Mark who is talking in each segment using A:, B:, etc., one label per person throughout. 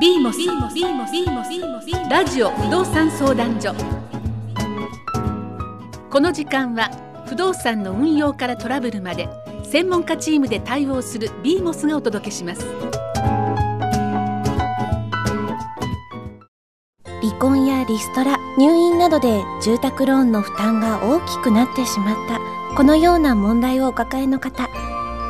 A: ビーモスビーモスビーモスビーモスビーモスビーモスラジオ不動産相談所この時間は不動産の運用からトラブルまで専門家チームで対応するビーモスがお届けします
B: 離婚やリストラ入院などで住宅ローンの負担が大きくなってしまったこのような問題をお抱えの方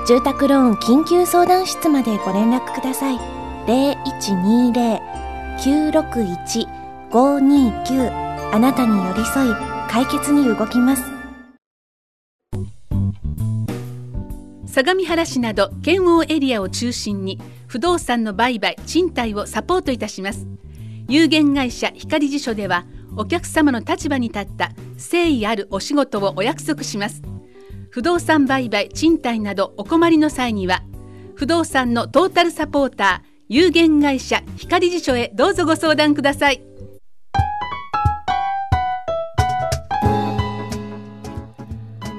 B: 住宅ローン緊急相談室までご連絡ください0120-961-529あなたに寄り添い解決に動きます
A: 相模原市など県央エリアを中心に不動産の売買賃貸をサポートいたします有限会社光辞書ではお客様の立場に立った誠意あるお仕事をお約束します不動産売買賃貸などお困りの際には不動産のトータルサポーター有限会社光辞書へどうぞご相談ください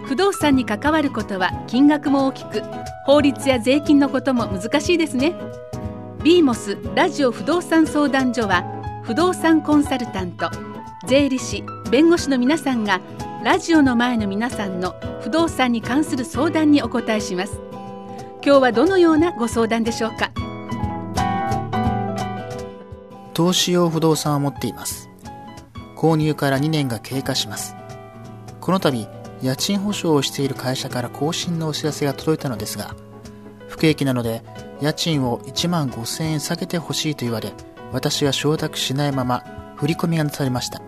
A: 不動産に関わることは金額も大きく法律や税金のことも難しいですねビーモスラジオ不動産相談所は不動産コンサルタント税理士弁護士の皆さんがラジオの前の皆さんの不動産に関する相談にお答えします今日はどのようなご相談でしょうか
C: 投資用不動産を持っています購入から2年が経過しますこの度家賃保証をしている会社から更新のお知らせが届いたのですが不景気なので家賃を1万5000円下げてほしいと言われ私は承諾しないまま振り込みがなされました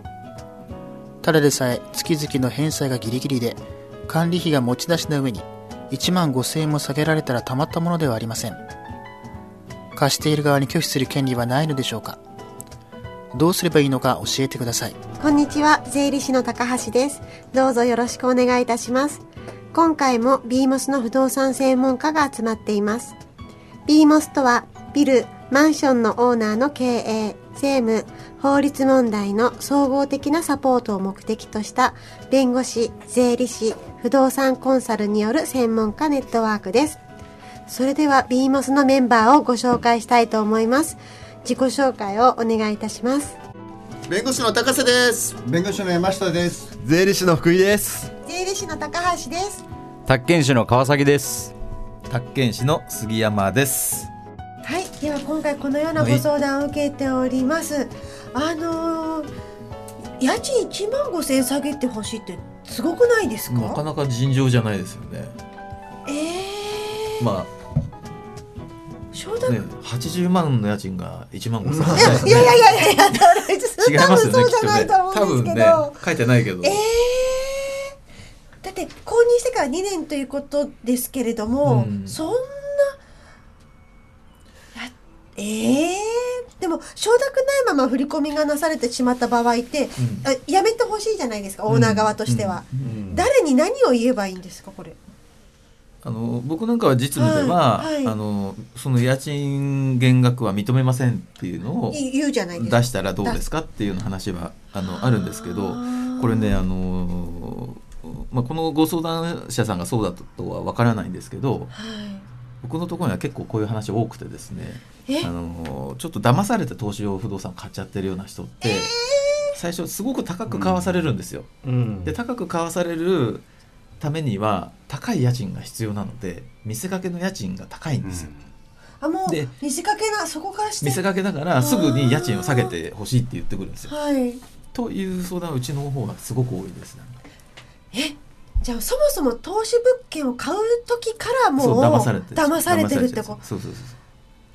C: ただでさえ月々の返済がギリギリで管理費が持ち出しの上に1万5000円も下げられたらたまったものではありません貸している側に拒否する権利はないのでしょうかどうすればいいのか教えてください
D: こんにちは、税理士の高橋です。どうぞよろしくお願いいたします。今回もビーモスの不動産専門家が集まっています。ビーモスとは、ビル、マンションのオーナーの経営、税務、法律問題の総合的なサポートを目的とした、弁護士、税理士、不動産コンサルによる専門家ネットワークです。それでは、ビーモスのメンバーをご紹介したいと思います。自己紹介をお願いいたします。
E: 弁護士の高瀬です
F: 弁護士の山下です。
G: 税理士の福井です
D: 税理士の高橋です。
H: 宅建士の川崎です宅建士の杉山です
D: はい、では今回このようなご相談を受けております。あのー、家賃1万5千円下げてほしいってすごくないですか？
G: なかなか尋常じゃないですよね
D: ええ
G: ま
D: 承諾、
G: あね80万の家賃が1万5 0
D: いやいやいやいや、そ
G: 違い
D: れ多
G: ま
D: 分
G: すよ
D: そ
G: ね
D: う
G: き
D: じゃない
G: っ
D: と
G: と
D: 思うんですけ
G: ねね
D: ど。
G: 書いてないけど、
D: えーだって購入してから2年ということですけれども、
G: うん
D: そんないやえー、でも承諾ないまま振り込みがなされてしまった場合って、あやめてほしいじゃないですかオーナー側としては、
G: うん
D: 誰に何を言えばいいんですかこれ
G: あの僕なんかは実務では、
D: はいはい
G: あのその家賃減額は認めませんっていうのを
D: い言うじゃないですか
G: 出したらどうですかっていうの話はあのあるんですけどこれねあの、まあ、このご相談者さんがそうだとは分からないんですけど
D: は
G: 僕のところには結構こういう話多くてですね
D: いえ
G: あのちょっと騙されて投資用不動産買っちゃってるような人って、最初すごく高く買わされるんですよ。
F: うん
G: で高く買わされるためには高い家賃が必要なので見せかけの家賃が高いんですよ。
D: あも
G: で
D: う見せかけなそこからして
G: 見せかけだからすぐに家賃を下げてほしいって言ってくるんですよ。
D: はい
G: という相談はうちの方がすごく多いですね。
D: えじゃあそもそも投資物件を買う時からもう
G: そう騙されて
D: 騙されてるって
G: 騙
D: こと
G: そうそうそうそう。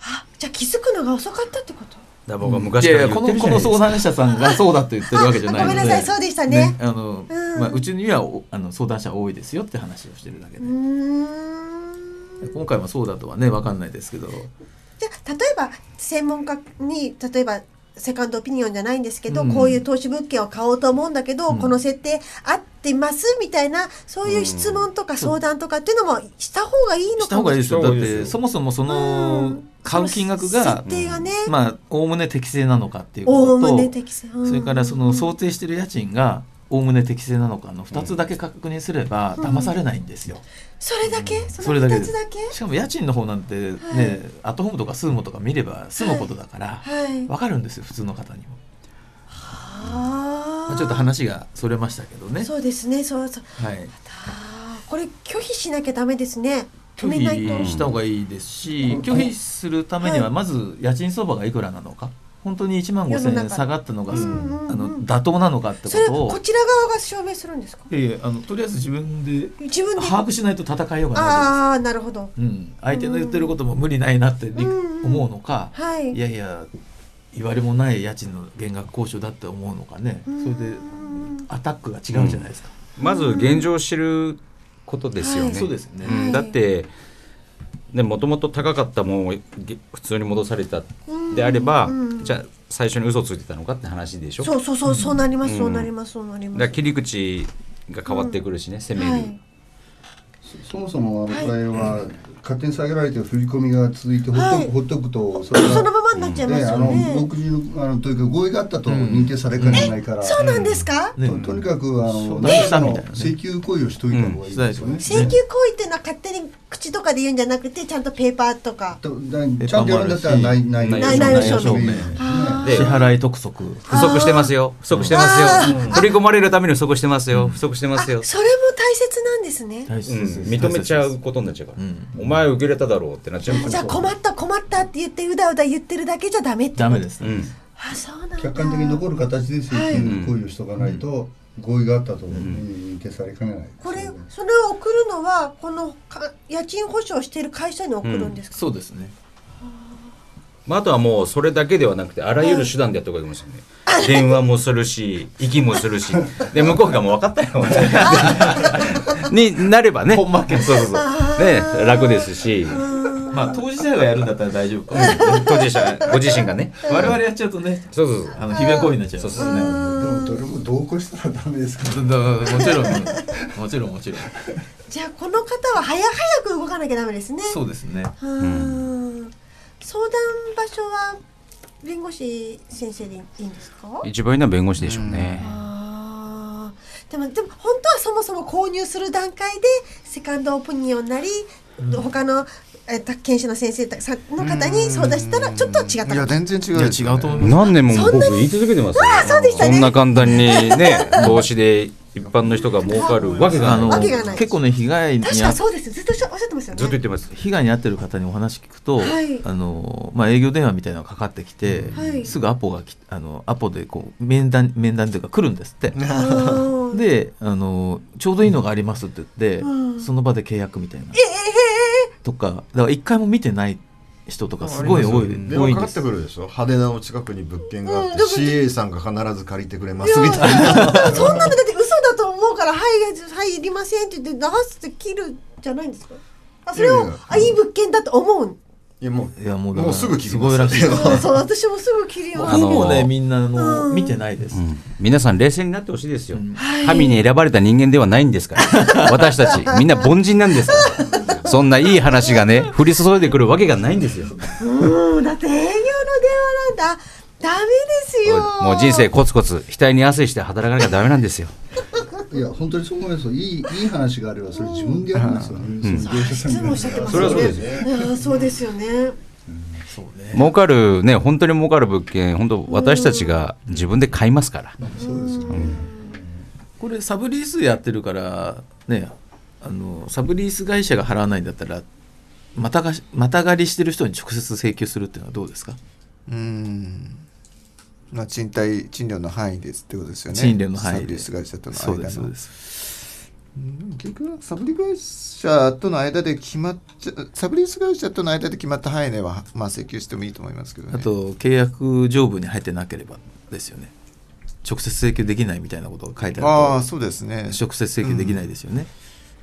D: あじゃあ気づくのが遅かったってこと
H: だ僕は昔から言ってるじゃないで
G: やいや
H: すか
G: このこの相談者さんがそうだと言ってるわけじゃないので
D: あごめんなさいそうでしたね
G: あの、
D: うん
G: まあ、うちにはおあの相談者多いですよって話をしてるだけ
D: う
G: で、
D: ーん
G: 今回もそうだとはね分かんないですけど
D: じゃあ例えば専門家に例えばセカンドオピニオンじゃないんですけど、
G: うん
D: こういう投資物件を買おうと思うんだけど、
G: うん
D: この設定合ってますみたいなそういう質問とか相談とかっていうのもした方がいいの
G: し
D: か
G: た方
D: も
G: がいい
D: し
G: ですよ
F: した方
G: だっ
F: がいいですよ
G: てそもそもそ
D: れない
G: の買う金額が
D: 設、定がね、
G: まあおおむね適正なのかっていう
D: お
G: こ
D: おむ
G: と
D: ね
G: と
D: 適正、うん
G: それからその想定してる家賃がおおむね適正なのかの2つだけ確認すれば騙されないんですよ。
D: それだけそ
G: そ
D: の
G: れだけ
D: 2
G: で
D: つ
G: す
D: だけ
G: しかも家賃の方なんてね、
D: はい
G: アットホームとかスーモとか見れば住むことだから
D: はい
G: わかるんですよ普通の方にも。
D: あ
G: まあ
D: あ
G: ちょっと話がそれましたけどね。
D: そうですねそうそう
G: はい。
D: あーこれ拒否しなきゃダメですね止
G: 拒
D: めないと
G: 否した方がいいですし、拒否するために
D: は
G: はいまず家賃相場がいくらなのか、本当に1万
D: 世の
G: 5000円
D: 中
G: 下がったのが、
D: うんうんうん
G: あの妥当なのかってこ
D: それ
G: とを、
D: こちら側が証明するんですか
G: いやいやあのとりあえず自分で
D: 自分で
G: 把握しないと戦いようがないじゃないですか。
D: ああなるほど
G: うん、相手の言ってることも無理ないなって理
D: うんうん
G: 思うのか、
D: はい
G: いやいや言われもない家賃の減額交渉だって思うのかね、それでアタックが違うじゃないですか、
H: まず現状を知ることですよね。
D: はい
G: そうですよね、
H: うん
D: はい
H: だってもともと高かったもんをげ普通に戻されたであれば、じゃあ最初に嘘ついてたのかって話でしょ
D: そうそうそうそうなります、
H: うん
D: そうなりますそうなり
H: だ
D: ま
H: から
D: す
H: 切り口が変わってくるしね、攻める、
D: はい
I: そもそもあの場合は勝手に下げられて振り込みが続いてほっと
D: はい
I: くほっとくとそれ
D: その
I: が
D: ままになっちゃいま
I: ね
D: す
I: あ
D: よ
I: の
D: ね、
I: 独自のあのというか合意があったと認定されかねないから
D: そうなんですか、
G: ね
I: ととにかくあの
G: 商談したみたいなね
I: 請求行為をしといた方がいいですよね。
D: 請求行為っていうのは勝手に口とかで言うんじゃなくてちゃんとペーパーとか
I: とだちゃんとやるんだったらないない
D: 内内容証明
I: ね
H: で
G: 支払い督促
H: 不足してますよ不足してますよ、振り込まれるために不足してますよ、不足してま
D: あ
H: す
D: それ
H: よ
D: も、大切なんですね
G: 大
H: うん
G: 切です
H: 認めちゃうことになっちゃうから、
G: うん
H: お前受け入れただろうってなっちゃうから
D: じゃあ困った困ったって言ってうだうだ言ってるだけじゃダメってこと
G: ダメです
H: う
G: ね、
H: ん
D: あそうなんだ
I: 客観的に残る形で請
D: はい
I: 求行為をしとかないと合意があったと認定されかねない。
D: これそれを送るのはこのか家賃保証してる会社に送るんですか、
G: そうですね
H: まあ、あとはもうそれだけではなくてあらゆる手段でやった方がいいかもしれない、電話もするし息もするしで向こうがもう分かった よになればね
G: 本負け
H: そうそうそうね楽ですし
G: まあ当事者がやるんだったら大丈夫か
H: 当事者ご自身がね
G: 我々やっちゃうとね
H: そうそうそう
G: あの非弁行為になっちゃう
H: そう
G: か
H: そ
G: ら
H: うね
I: でもどれも同行したらダメですから。
G: だからもちろんもちろんもちろん
D: じゃあこの方は早早く動かなきゃダメですね
G: そうですね
D: うーん相談場所は弁護士先生でいいんですか
H: 一番いいのは弁護士でしょうね、
D: あーでもでも本当はそもそも購入する段階でセカンドオピニオンなり、他のえー宅建士の先生たさの方に相談したらちょっと違ったか
I: いや
D: も
I: 全然違う、
G: いや違うと思います
H: 何年も僕言い続けてますよ
D: そうでしたね
H: そんな簡単に ね投資で一般の人が儲かるわけがな
G: あ
H: い
G: の
D: わけがない
G: 結構ね被害に
D: 確
G: 遭
D: か
G: っ
D: そうですずっとおっしゃおっしゃってますよね
H: ずっと言ってます
G: 被害に遭ってる方にお話聞くと、
D: はい
G: あのまあ、営業電話みたいなのがかかってきて、
D: はい
G: すぐアポがきあのアポでこう面談面談というか来るんですって。
D: うん
G: であのちょうどいいのがありますって言って、
D: うん
G: その場で契約みたいな、とかだから一回も見てない人とかすごい多い
E: 電
G: 多
E: 話
G: いん
E: かか
G: で
E: って
G: す
E: くるでしょ派手なお近くに物件があって、
D: うん
E: CA さんが必ず借りてくれま
D: いや
E: すみたいな
D: そんなのだって嘘だと思うから「はいはいいりません」って言って流して切るじゃないんですかあそ
E: い
D: れを
E: やいや
D: あいい物件だと思う
E: いやも
G: いやもう
E: う
G: だか
E: もう
G: ら
E: すぐ聞き
G: す
E: ま
G: ごいらしい
E: すよ
D: そうそう私もすぐ切るよ
H: あ
G: ほ
H: の
G: ぼねみんなあの、
D: うん
G: 見てないです、
H: 皆さん冷静になってほしいですよ、神に選ばれた人間ではないんですから私たちみんな凡人なんですからそんないい話がね降り注いでくるわけがないんですよ
D: うんだって営業の電話なんだダメですよ
H: もう人生コツコツ額に汗して働かなきゃダメなんですよ
I: いや本当にそう思いますよいいいい話があればそれ自分でやるんですよね。その業者さん
D: いつ
I: が
D: もおっしゃってます
H: それはそうです
D: ねうんそうですよね
H: 儲かるね本当に儲かる物件本当私たちが自分で買いますから
G: これサブリースやってるからねあのサブリース会社が払わないんだったらまたがしまたがりしてる人に直接請求するっていうのはどうですか
J: うんまあ、賃貸賃料の範囲ですってことですよね
G: 賃料の範囲
J: サブ
G: で
J: リース会社との間
G: そ
J: の
G: うですそうです
J: うん結局サブリース会社との間で決まっちゃサブリース会社との間で決まった範囲では、まあ、請求してもいいと思いますけどね
G: あと契約条文に入ってなければですよね直接請求できないみたいなことが書いて
J: あ
G: あ
J: あ
G: る
J: そうですね
G: と直接請求できないですよね、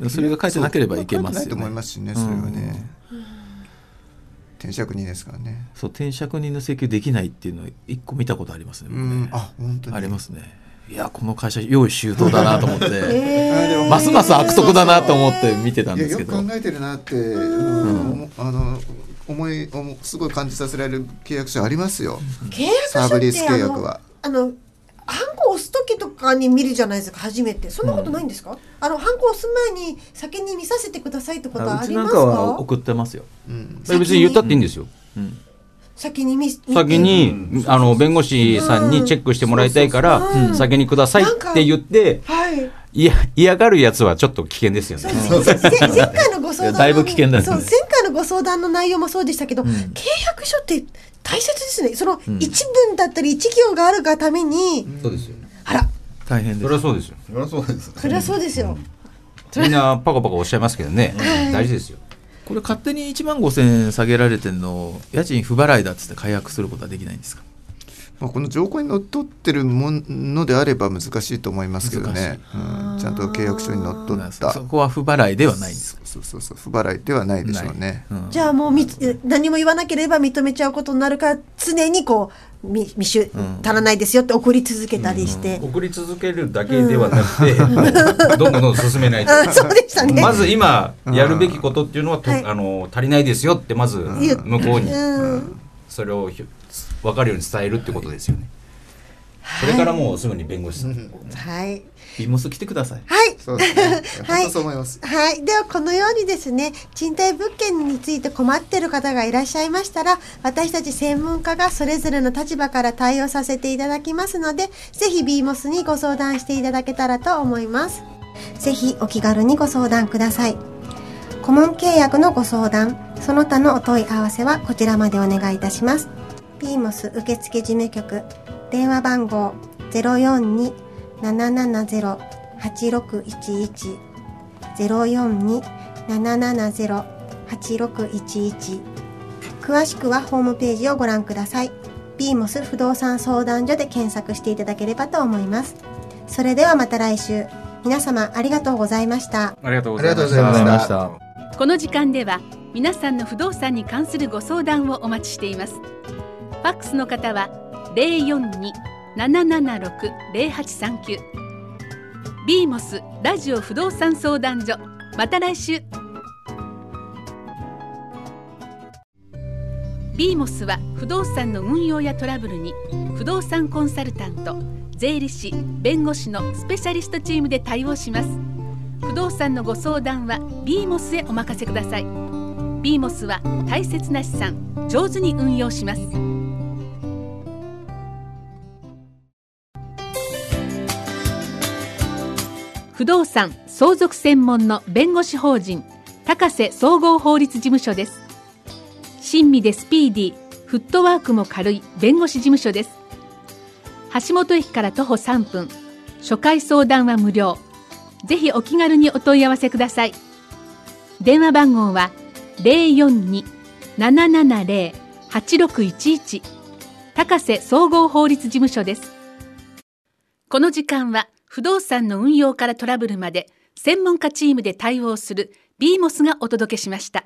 G: それが書いてなければいけま
J: そ
G: す
J: う書いてないと
G: よ
J: 思い
G: ね
J: ますしねそれはね、転職人ですからね
G: そう転借人の請求できないっていうのを一個見たことありますね,
J: う
G: 僕ね、
J: んあ本当に
G: ありますねいやこの会社用意周到だなと思って、
J: あでも
G: ますます悪徳だなと思って見てたん
J: いや
G: です
J: よ
G: け
J: く
G: ど
J: 考えてるなって、うん思あの思い思すごい感じさせられる契約書ありますよ、
D: 契約書って
J: サーブリース契約は
D: あのあのハンコ押す時とかに見るじゃないですか初めてそんなことないんですか、あの犯行をする前に先に見させてくださいってことは
G: あ
D: あ
G: うち
D: り
G: な
D: ま
G: ん
D: す
G: か
D: か
G: は送ってますよ。
H: うん別に言ったっていいんですよ。
D: 先に見見て
H: 先に、あの、弁護士さんにチェックしてもらいたいから、先にくださいって言って、
D: はい
H: いや、嫌がるやつはちょっと危険ですよね。
D: 前回のご相談の
H: だいぶ危険だね
D: そう前回のご相談の内容もそうでしたけど、契約書って大切ですねその
H: うん
D: 一文だったり一行があるがために、
H: そうですよ。
G: あら。大変です。
H: それはそうですよ。
E: それはそうです。
D: それはそうですよ、
H: みんなパコパコおっしゃいますけどね
D: はい。
H: 大事ですよ。
G: これ勝手に1万5000円下げられてんの家賃不払いだっつって解約することはできないんですか
J: まあ、この条項にのっとってるものであれば難しいと思いますけどね、うん、ちゃんと契約書にのっとったそ
G: こは不払いではないんです
J: そうそうそう不払いではないでしょうね、
D: じゃあもうみ何も言わなければ認めちゃうことになるから常にこうみ未収足らないですよって送り続けたりして、
H: 送り続けるだけではなく て、どんどんどんどん進めない と
D: あそうでしたね
H: まず今やるべきことっていうのはと、あの足りないですよってまず
D: 言う
H: 向こうに
D: うん
H: それをひ分かるように伝えるってことですよね。それからもうすぐに弁護士さん、
D: はい
G: ビモス来てください。
D: はい。
J: そう
H: で すね
D: は
J: 本当そう思います
D: はい。では、このようにですね、賃貸物件について困っている方がいらっしゃいましたら、私たち専門家がそれぞれの立場から対応させていただきますので、ぜひ BMOS にご相談していただけたらと思います。ぜひお気軽にご相談ください。顧問契約のご相談、その他のお問い合わせはこちらまでお願いいたします。BMOS 受付事務局、電話番号042-770-8611 042-770-8611詳しくはホームページをご覧ください。BMOS 不動産相談所で検索していただければと思います。それではまた来週。皆様ありがとうございました。
H: ありがとう
J: ございましたありがとうございまし
A: この時間では皆さんの不動産に関するご相談をお待ちしていますファックスの方は042-776-0839ビーモスラジオ不動産相談所また来週ビーモスは不動産の運用やトラブルに不動産コンサルタント税理士弁護士のスペシャリストチームで対応します不動産のご相談は BMOS へお任せください BMOS は大切な資産上手に運用します不動産相続専門の弁護士法人高瀬総合法律事務所です親身でスピーディーフットワークも軽い弁護士事務所です橋本駅から徒歩3分初回相談は無料ぜひお気軽にお問い合わせください。電話番号は042-770-8611高瀬総合法律事務所です。この時間は不動産の運用からトラブルまで専門家チームで対応する BMOS がお届けしました。